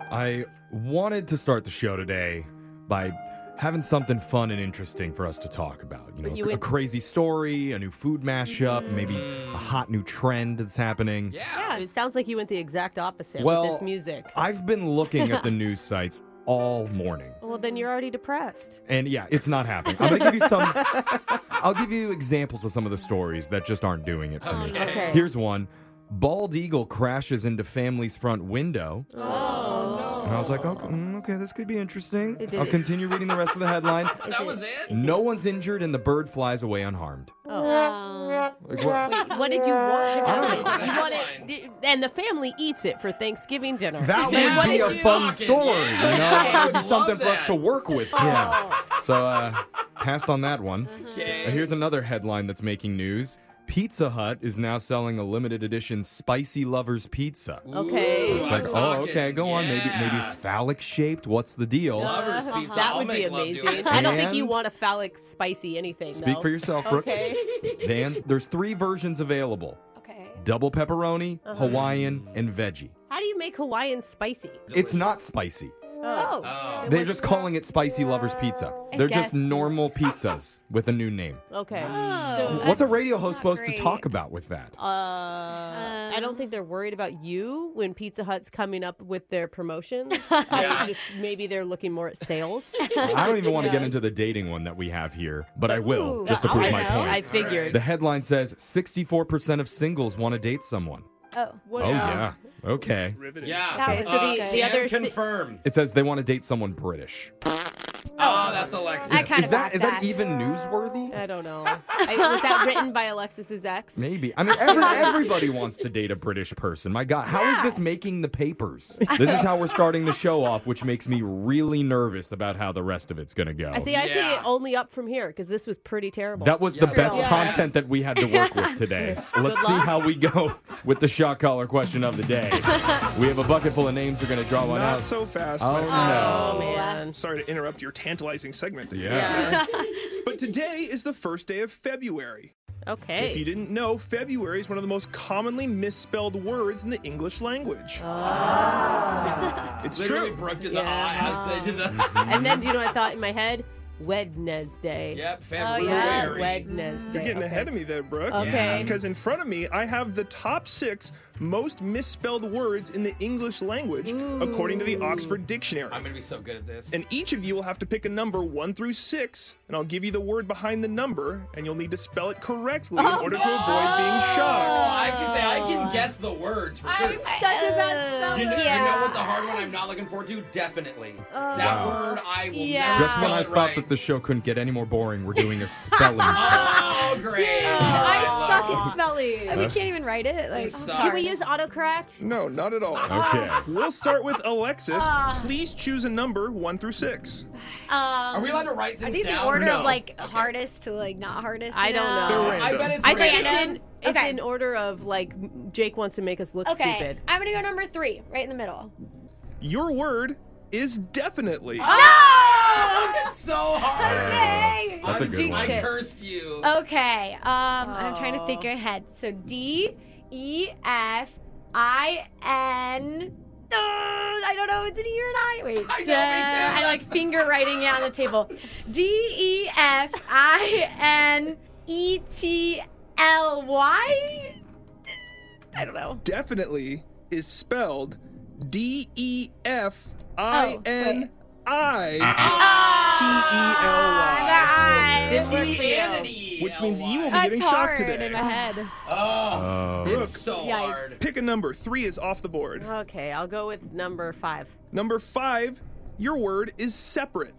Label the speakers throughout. Speaker 1: I wanted to start the show today by having something fun and interesting for us to talk about. You know,
Speaker 2: you
Speaker 1: a- a
Speaker 2: would- Mm.
Speaker 1: crazy story, a new food mashup, maybe a hot new trend that's happening.
Speaker 2: Yeah, it sounds like you went the exact opposite with
Speaker 1: Well,
Speaker 2: this music.
Speaker 1: I've been looking at the news sites all morning.
Speaker 2: Well, then you're already depressed.
Speaker 1: And yeah, it's not happening. I'm going to give you some I'll give you examples of some of the stories that just aren't doing it for me.
Speaker 2: Oh, Okay.
Speaker 1: Here's one. Bald eagle crashes into family's front window.
Speaker 2: Oh,
Speaker 1: And I was like, okay, mm, okay, this could be interesting.
Speaker 2: It
Speaker 1: I'll
Speaker 2: did-
Speaker 1: continue reading the rest of the headline.
Speaker 2: no. That was it.
Speaker 1: No one's injured and the bird flies away unharmed.
Speaker 2: Oh.
Speaker 1: Like, what-
Speaker 2: What did you want?
Speaker 1: don't
Speaker 2: You wanted- d- and the family eats it for Thanksgiving dinner.
Speaker 1: That
Speaker 2: Then
Speaker 1: would
Speaker 2: what
Speaker 1: be
Speaker 2: did
Speaker 1: a
Speaker 2: you-
Speaker 1: fun
Speaker 3: talking?
Speaker 1: story,
Speaker 3: Yeah.
Speaker 1: you know?
Speaker 3: I
Speaker 1: That
Speaker 3: would
Speaker 1: would be
Speaker 3: love
Speaker 1: something for us
Speaker 3: that.
Speaker 1: to work with. Yeah. So uh, passed on that one. Uh,
Speaker 3: Okay.
Speaker 1: Here's another headline that's making news. Pizza Hut is now selling a limited edition spicy lovers pizza.
Speaker 2: Okay.
Speaker 3: Ooh,
Speaker 1: It's
Speaker 3: I'm
Speaker 1: like, oh,
Speaker 3: talking.
Speaker 1: okay, go on. Maybe
Speaker 3: Yeah.
Speaker 1: maybe it's phallic shaped. What's the deal?
Speaker 3: Lover's pizza.
Speaker 2: Uh-huh. That
Speaker 3: I'll
Speaker 2: would be
Speaker 3: make love to
Speaker 2: amazing.
Speaker 3: it.
Speaker 2: I don't think you
Speaker 1: And-
Speaker 2: want a phallic spicy anything.
Speaker 1: Speak
Speaker 2: though.
Speaker 1: for yourself, Brooke.
Speaker 2: Okay.
Speaker 1: Then there's three versions available:
Speaker 4: Okay.
Speaker 1: double pepperoni, Hawaiian, and veggie.
Speaker 2: How do you make Hawaiian spicy?
Speaker 1: It's not spicy.
Speaker 4: Oh.
Speaker 3: Oh.
Speaker 1: They're just calling it spicy lovers pizza.
Speaker 4: I
Speaker 1: They're just
Speaker 4: guess.
Speaker 1: normal pizzas with a new name.
Speaker 2: Okay.
Speaker 4: Oh,
Speaker 1: What's a
Speaker 4: that's
Speaker 1: radio host
Speaker 4: not
Speaker 1: supposed
Speaker 4: great.
Speaker 1: to talk about with that?
Speaker 2: Uh, I don't think they're worried about you when Pizza Hut's coming up with their promotions. I just maybe they're looking more at sales.
Speaker 1: I don't even want to get into the dating one that we have here, but I will
Speaker 4: Ooh.
Speaker 1: just to
Speaker 4: I'll
Speaker 1: prove
Speaker 2: I
Speaker 1: my
Speaker 2: know. I
Speaker 1: point.
Speaker 2: figured.
Speaker 1: The headline says 64% of singles want to date someone.
Speaker 4: Oh.
Speaker 2: What-
Speaker 1: Oh yeah. Okay.
Speaker 3: Yeah.
Speaker 4: That
Speaker 2: Okay,
Speaker 4: was
Speaker 2: so the,
Speaker 4: good.
Speaker 2: the
Speaker 3: Can
Speaker 2: other si-
Speaker 3: confirm.
Speaker 1: It says they want to date someone British.
Speaker 3: Oh, that's Alexis.
Speaker 4: I kind
Speaker 1: Is
Speaker 4: of
Speaker 1: that
Speaker 4: that,
Speaker 1: is that even newsworthy?
Speaker 2: I don't know. I, was that written by Alexis's ex?
Speaker 1: Maybe. I mean, every, everybody wants to date a British person. My God, how is this making the papers? This is how we're starting the show off, which makes me really nervous about how the rest of it's going to go.
Speaker 2: I see. I see
Speaker 3: Yeah.
Speaker 2: it only up from here because this was pretty terrible.
Speaker 1: That was the
Speaker 3: Yeah.
Speaker 1: best
Speaker 2: Yeah.
Speaker 1: content that we had to work with today. Let's see
Speaker 2: luck.
Speaker 1: how we go with the shot collar question of the day. we have a bucket full of names. We're going to draw one
Speaker 5: Not
Speaker 1: out.
Speaker 5: so fast.
Speaker 1: Oh,
Speaker 5: my
Speaker 2: oh,
Speaker 1: no.
Speaker 5: friends.
Speaker 2: man.
Speaker 5: Sorry to interrupt your tantalizing segment.
Speaker 1: Yeah.
Speaker 5: But today is the first day of February. If you
Speaker 2: Okay.
Speaker 5: didn't know, February is one of the most commonly misspelled words in the English language. it's
Speaker 3: Literally
Speaker 5: true.
Speaker 3: broke to the
Speaker 2: Yeah. Mm-hmm.
Speaker 3: eye as they did the.
Speaker 2: And then, do you know what I thought in my head? Wednesday.
Speaker 3: Yep,
Speaker 4: Oh,
Speaker 3: February.
Speaker 4: yeah.
Speaker 2: Wednesday.
Speaker 5: You're getting
Speaker 2: okay.
Speaker 5: ahead of me there, Brooke.
Speaker 2: Okay.
Speaker 5: Because in front of me, I have the top six most misspelled words in the English language, according to the Oxford Dictionary.
Speaker 3: I'm gonna be so good at this.
Speaker 5: And each of you will have to pick a number one through six, and I'll give you the word behind the number, and you'll need to spell it correctly in order to avoid being
Speaker 3: Oh,
Speaker 5: shocked.
Speaker 3: I can say I can guess the words for sure.
Speaker 4: Such a bad
Speaker 3: You
Speaker 4: spell.
Speaker 3: know,
Speaker 4: yeah.
Speaker 3: you know what the hard one I'm not looking forward to? Definitely. that word I will
Speaker 4: Yeah.
Speaker 3: never
Speaker 1: Just when
Speaker 3: spell
Speaker 1: I
Speaker 3: it
Speaker 1: thought
Speaker 3: right.
Speaker 1: that the show couldn't get any more boring, we're doing a spelling test.
Speaker 3: Oh, great.
Speaker 4: I
Speaker 2: Suck at spelling.
Speaker 4: we can't even write it. Like,
Speaker 3: sucks.
Speaker 4: sorry.
Speaker 2: Can we use autocorrect?
Speaker 5: No, not at all.
Speaker 1: Okay.
Speaker 5: We'll start with Alexis.
Speaker 4: Ah.
Speaker 5: Please choose a number one through six.
Speaker 3: Are we allowed to write things
Speaker 4: um, Are these in
Speaker 3: down?
Speaker 4: order
Speaker 3: no.
Speaker 4: of like
Speaker 3: Okay.
Speaker 4: hardest to like not hardest?
Speaker 2: I don't
Speaker 4: now?
Speaker 2: know.
Speaker 3: I bet it's
Speaker 2: I think
Speaker 3: random.
Speaker 2: it's in it's
Speaker 4: Okay.
Speaker 2: in order of like Jake wants to make us look
Speaker 4: Okay,
Speaker 2: stupid.
Speaker 4: I'm gonna go number three, right in the middle.
Speaker 5: Your word is definitely.
Speaker 4: Ah.
Speaker 3: Oh, it's so hard.
Speaker 4: Yay!
Speaker 1: That's a
Speaker 3: I'm-
Speaker 1: good
Speaker 3: I
Speaker 1: one.
Speaker 3: cursed you.
Speaker 4: Okay, um, I'm trying to think ahead. So D E F I N. Uh, I don't know. It's an E or an I. Wait.
Speaker 3: I know, me too.
Speaker 4: duh. I like
Speaker 3: That's-
Speaker 4: finger writing it on the table. D E F I N E T L Y. I don't know.
Speaker 5: Definitely is spelled D E F I N I T E L Y.
Speaker 4: Oh,
Speaker 2: Didn't work for you.
Speaker 3: E Vanity.
Speaker 5: Which means you
Speaker 4: Ah.
Speaker 5: will be
Speaker 4: That's
Speaker 5: getting shocked
Speaker 4: hard
Speaker 5: today.
Speaker 4: in my head.
Speaker 3: Oh,
Speaker 1: Oh.
Speaker 3: it's so
Speaker 4: Yikes.
Speaker 3: hard.
Speaker 5: Pick a number. Three is off the board.
Speaker 2: Okay, I'll go with number five.
Speaker 5: Number five, your word is separate.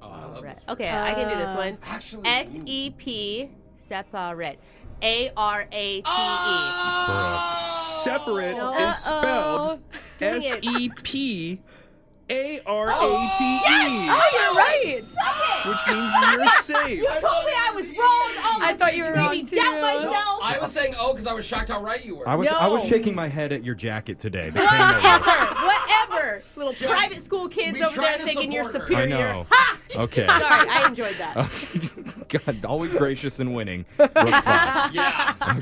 Speaker 2: Separate. Okay, I can do this one.
Speaker 3: Actually,
Speaker 2: S E P separate. A R A T
Speaker 3: Ah,
Speaker 2: E.
Speaker 5: Separate
Speaker 3: Oh.
Speaker 5: is spelled S E P A R A T E,
Speaker 4: Oh, you're right.
Speaker 3: Oh,
Speaker 5: which means you're safe.
Speaker 2: Told me I was wrong.
Speaker 4: I thought you were
Speaker 2: Oh,
Speaker 4: wrong
Speaker 2: made me
Speaker 4: too.
Speaker 2: doubt myself.
Speaker 3: I was saying oh because I was shocked how right you were.
Speaker 1: I was I was
Speaker 2: No.
Speaker 1: shaking my head at your jacket today. The camo.
Speaker 2: Whatever. Little private school kids
Speaker 3: we
Speaker 2: over
Speaker 3: tried
Speaker 2: there
Speaker 3: to
Speaker 2: thinking you're
Speaker 3: support her.
Speaker 1: I
Speaker 2: superior.
Speaker 1: know. Oh, Okay.
Speaker 2: Sorry, I enjoyed that.
Speaker 1: God, always gracious and winning. Brooke Fox.
Speaker 3: Yeah.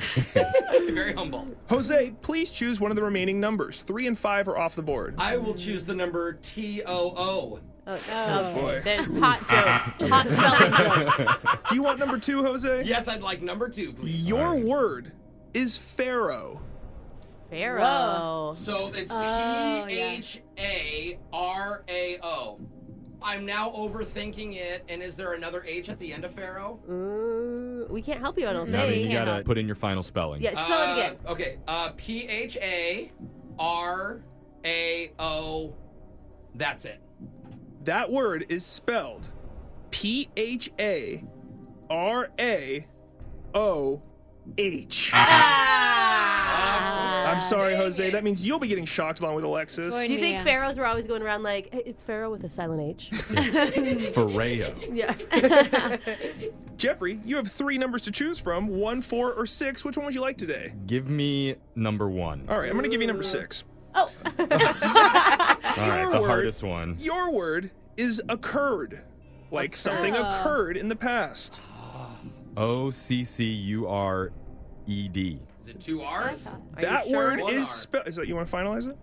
Speaker 3: Very humble.
Speaker 5: Jose, please choose one of the remaining numbers. Three and five are off the board.
Speaker 3: I will choose the number T O O.
Speaker 2: Oh,
Speaker 5: boy.
Speaker 2: okay. There's hot jokes, hot spelling jokes.
Speaker 5: Do you want number two, Jose?
Speaker 3: Yes, I'd like number two, please.
Speaker 5: Your word is Pharaoh.
Speaker 2: Pharaoh.
Speaker 3: So it's
Speaker 4: Oh,
Speaker 3: P H A R A O. I'm now overthinking it. And is there another H at the end of Pharaoh?
Speaker 2: Ooh, we can't help you, I don't
Speaker 4: No,
Speaker 1: I
Speaker 2: think.
Speaker 1: mean, you
Speaker 4: Yeah.
Speaker 1: gotta put in your final spelling.
Speaker 2: yeah, spell it
Speaker 3: Uh,
Speaker 2: again.
Speaker 3: Okay. Uh, P H A R A O. That's it.
Speaker 5: That word is spelled P H A R A O H.
Speaker 4: Ah!
Speaker 5: I'm sorry,
Speaker 3: Ah. Dang
Speaker 5: Jose.
Speaker 3: it.
Speaker 5: That means you'll be getting shocked along with Alexis.
Speaker 4: Join-
Speaker 2: Do you think
Speaker 4: Yeah.
Speaker 2: pharaohs were always going around like, "Hey, it's pharaoh with a silent H?
Speaker 1: It's Ferreo.
Speaker 2: yeah.
Speaker 5: Jeffrey, you have three numbers to choose from one, four, or six. Which one would you like today?
Speaker 1: Give me number one.
Speaker 5: All right, I'm going to give you number six.
Speaker 4: Oh,
Speaker 1: All right,
Speaker 5: Your
Speaker 1: the
Speaker 5: word.
Speaker 1: hardest one.
Speaker 5: Your word is occurred, like something
Speaker 4: Oh.
Speaker 5: occurred in the past.
Speaker 1: O C C U R E D.
Speaker 3: Is it two R's?
Speaker 2: Are you
Speaker 5: that
Speaker 2: sure?
Speaker 5: word
Speaker 3: One R.
Speaker 5: is spelled. Is that you want to finalize it?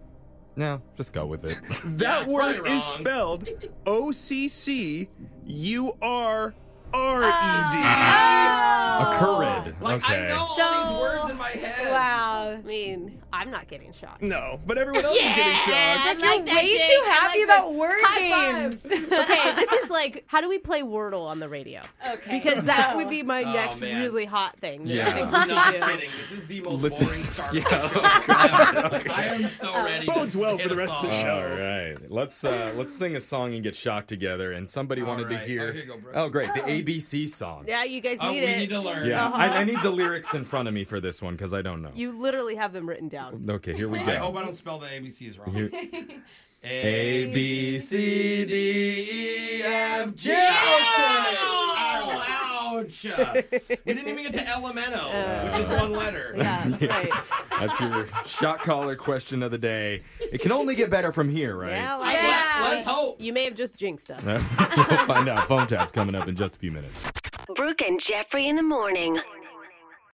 Speaker 1: No, just go with it.
Speaker 5: That
Speaker 3: it's probably
Speaker 5: word is
Speaker 3: wrong.
Speaker 5: spelled O C C U R R E D.
Speaker 4: Oh!
Speaker 3: Ah.
Speaker 1: Occurred.
Speaker 3: Oh, Like
Speaker 1: okay.
Speaker 3: I know all
Speaker 4: So-
Speaker 3: these words in my head.
Speaker 4: wow.
Speaker 2: I mean, I'm not getting shocked.
Speaker 5: No, but everyone else is getting shocked.
Speaker 2: I
Speaker 4: You're way
Speaker 2: Jake.
Speaker 4: too
Speaker 2: I
Speaker 4: happy
Speaker 2: like
Speaker 4: about
Speaker 2: this.
Speaker 4: word
Speaker 2: High
Speaker 4: games.
Speaker 2: fives. okay, this is like, how do we play Wordle on the radio?
Speaker 4: Okay.
Speaker 2: Because that would be my
Speaker 3: Oh,
Speaker 2: next
Speaker 3: man.
Speaker 2: really hot thing that
Speaker 1: Yeah.
Speaker 2: I think
Speaker 3: This
Speaker 2: we
Speaker 3: is
Speaker 2: should
Speaker 3: not
Speaker 2: do.
Speaker 3: kidding. This is the most
Speaker 1: Listen-
Speaker 3: boring Star Wars
Speaker 1: Yeah.
Speaker 3: show ever. Like, I am so
Speaker 2: Oh.
Speaker 3: ready. to
Speaker 5: Bodes well
Speaker 3: hit
Speaker 5: for the
Speaker 3: a
Speaker 5: rest of the
Speaker 3: song.
Speaker 5: show.
Speaker 1: All right, let's uh, let's sing a song and get shocked together. And somebody
Speaker 3: All
Speaker 1: wanted to
Speaker 3: right.
Speaker 1: hear.
Speaker 3: Oh, here you go, bro.
Speaker 1: great, the ABC song.
Speaker 2: Yeah, you guys
Speaker 3: Oh,
Speaker 2: need
Speaker 3: we
Speaker 2: it.
Speaker 3: need to learn.
Speaker 1: Yeah, I, I need the lyrics in front of me for this one because I don't know.
Speaker 2: You literally have them written down.
Speaker 1: Okay, here we
Speaker 3: I hope
Speaker 1: go.
Speaker 3: "Oh, I don't spell the ABCs wrong.
Speaker 1: Here-
Speaker 3: A
Speaker 1: A
Speaker 3: B
Speaker 1: B
Speaker 3: C
Speaker 1: C D.
Speaker 3: D E F G.
Speaker 1: Yeah!
Speaker 3: Ouch! Ouch! we didn't even get to LMNO, which is one letter.
Speaker 2: Yeah, right.
Speaker 1: That's your shot caller question of the day. It can only get better from here, right?
Speaker 2: Yeah, like
Speaker 4: Yeah.
Speaker 2: that.
Speaker 3: Let, us hope.
Speaker 2: You may have just jinxed us.
Speaker 1: we'll find out. Phone tap's coming up in just a few minutes.
Speaker 6: Brooke and Jeffrey in the morning.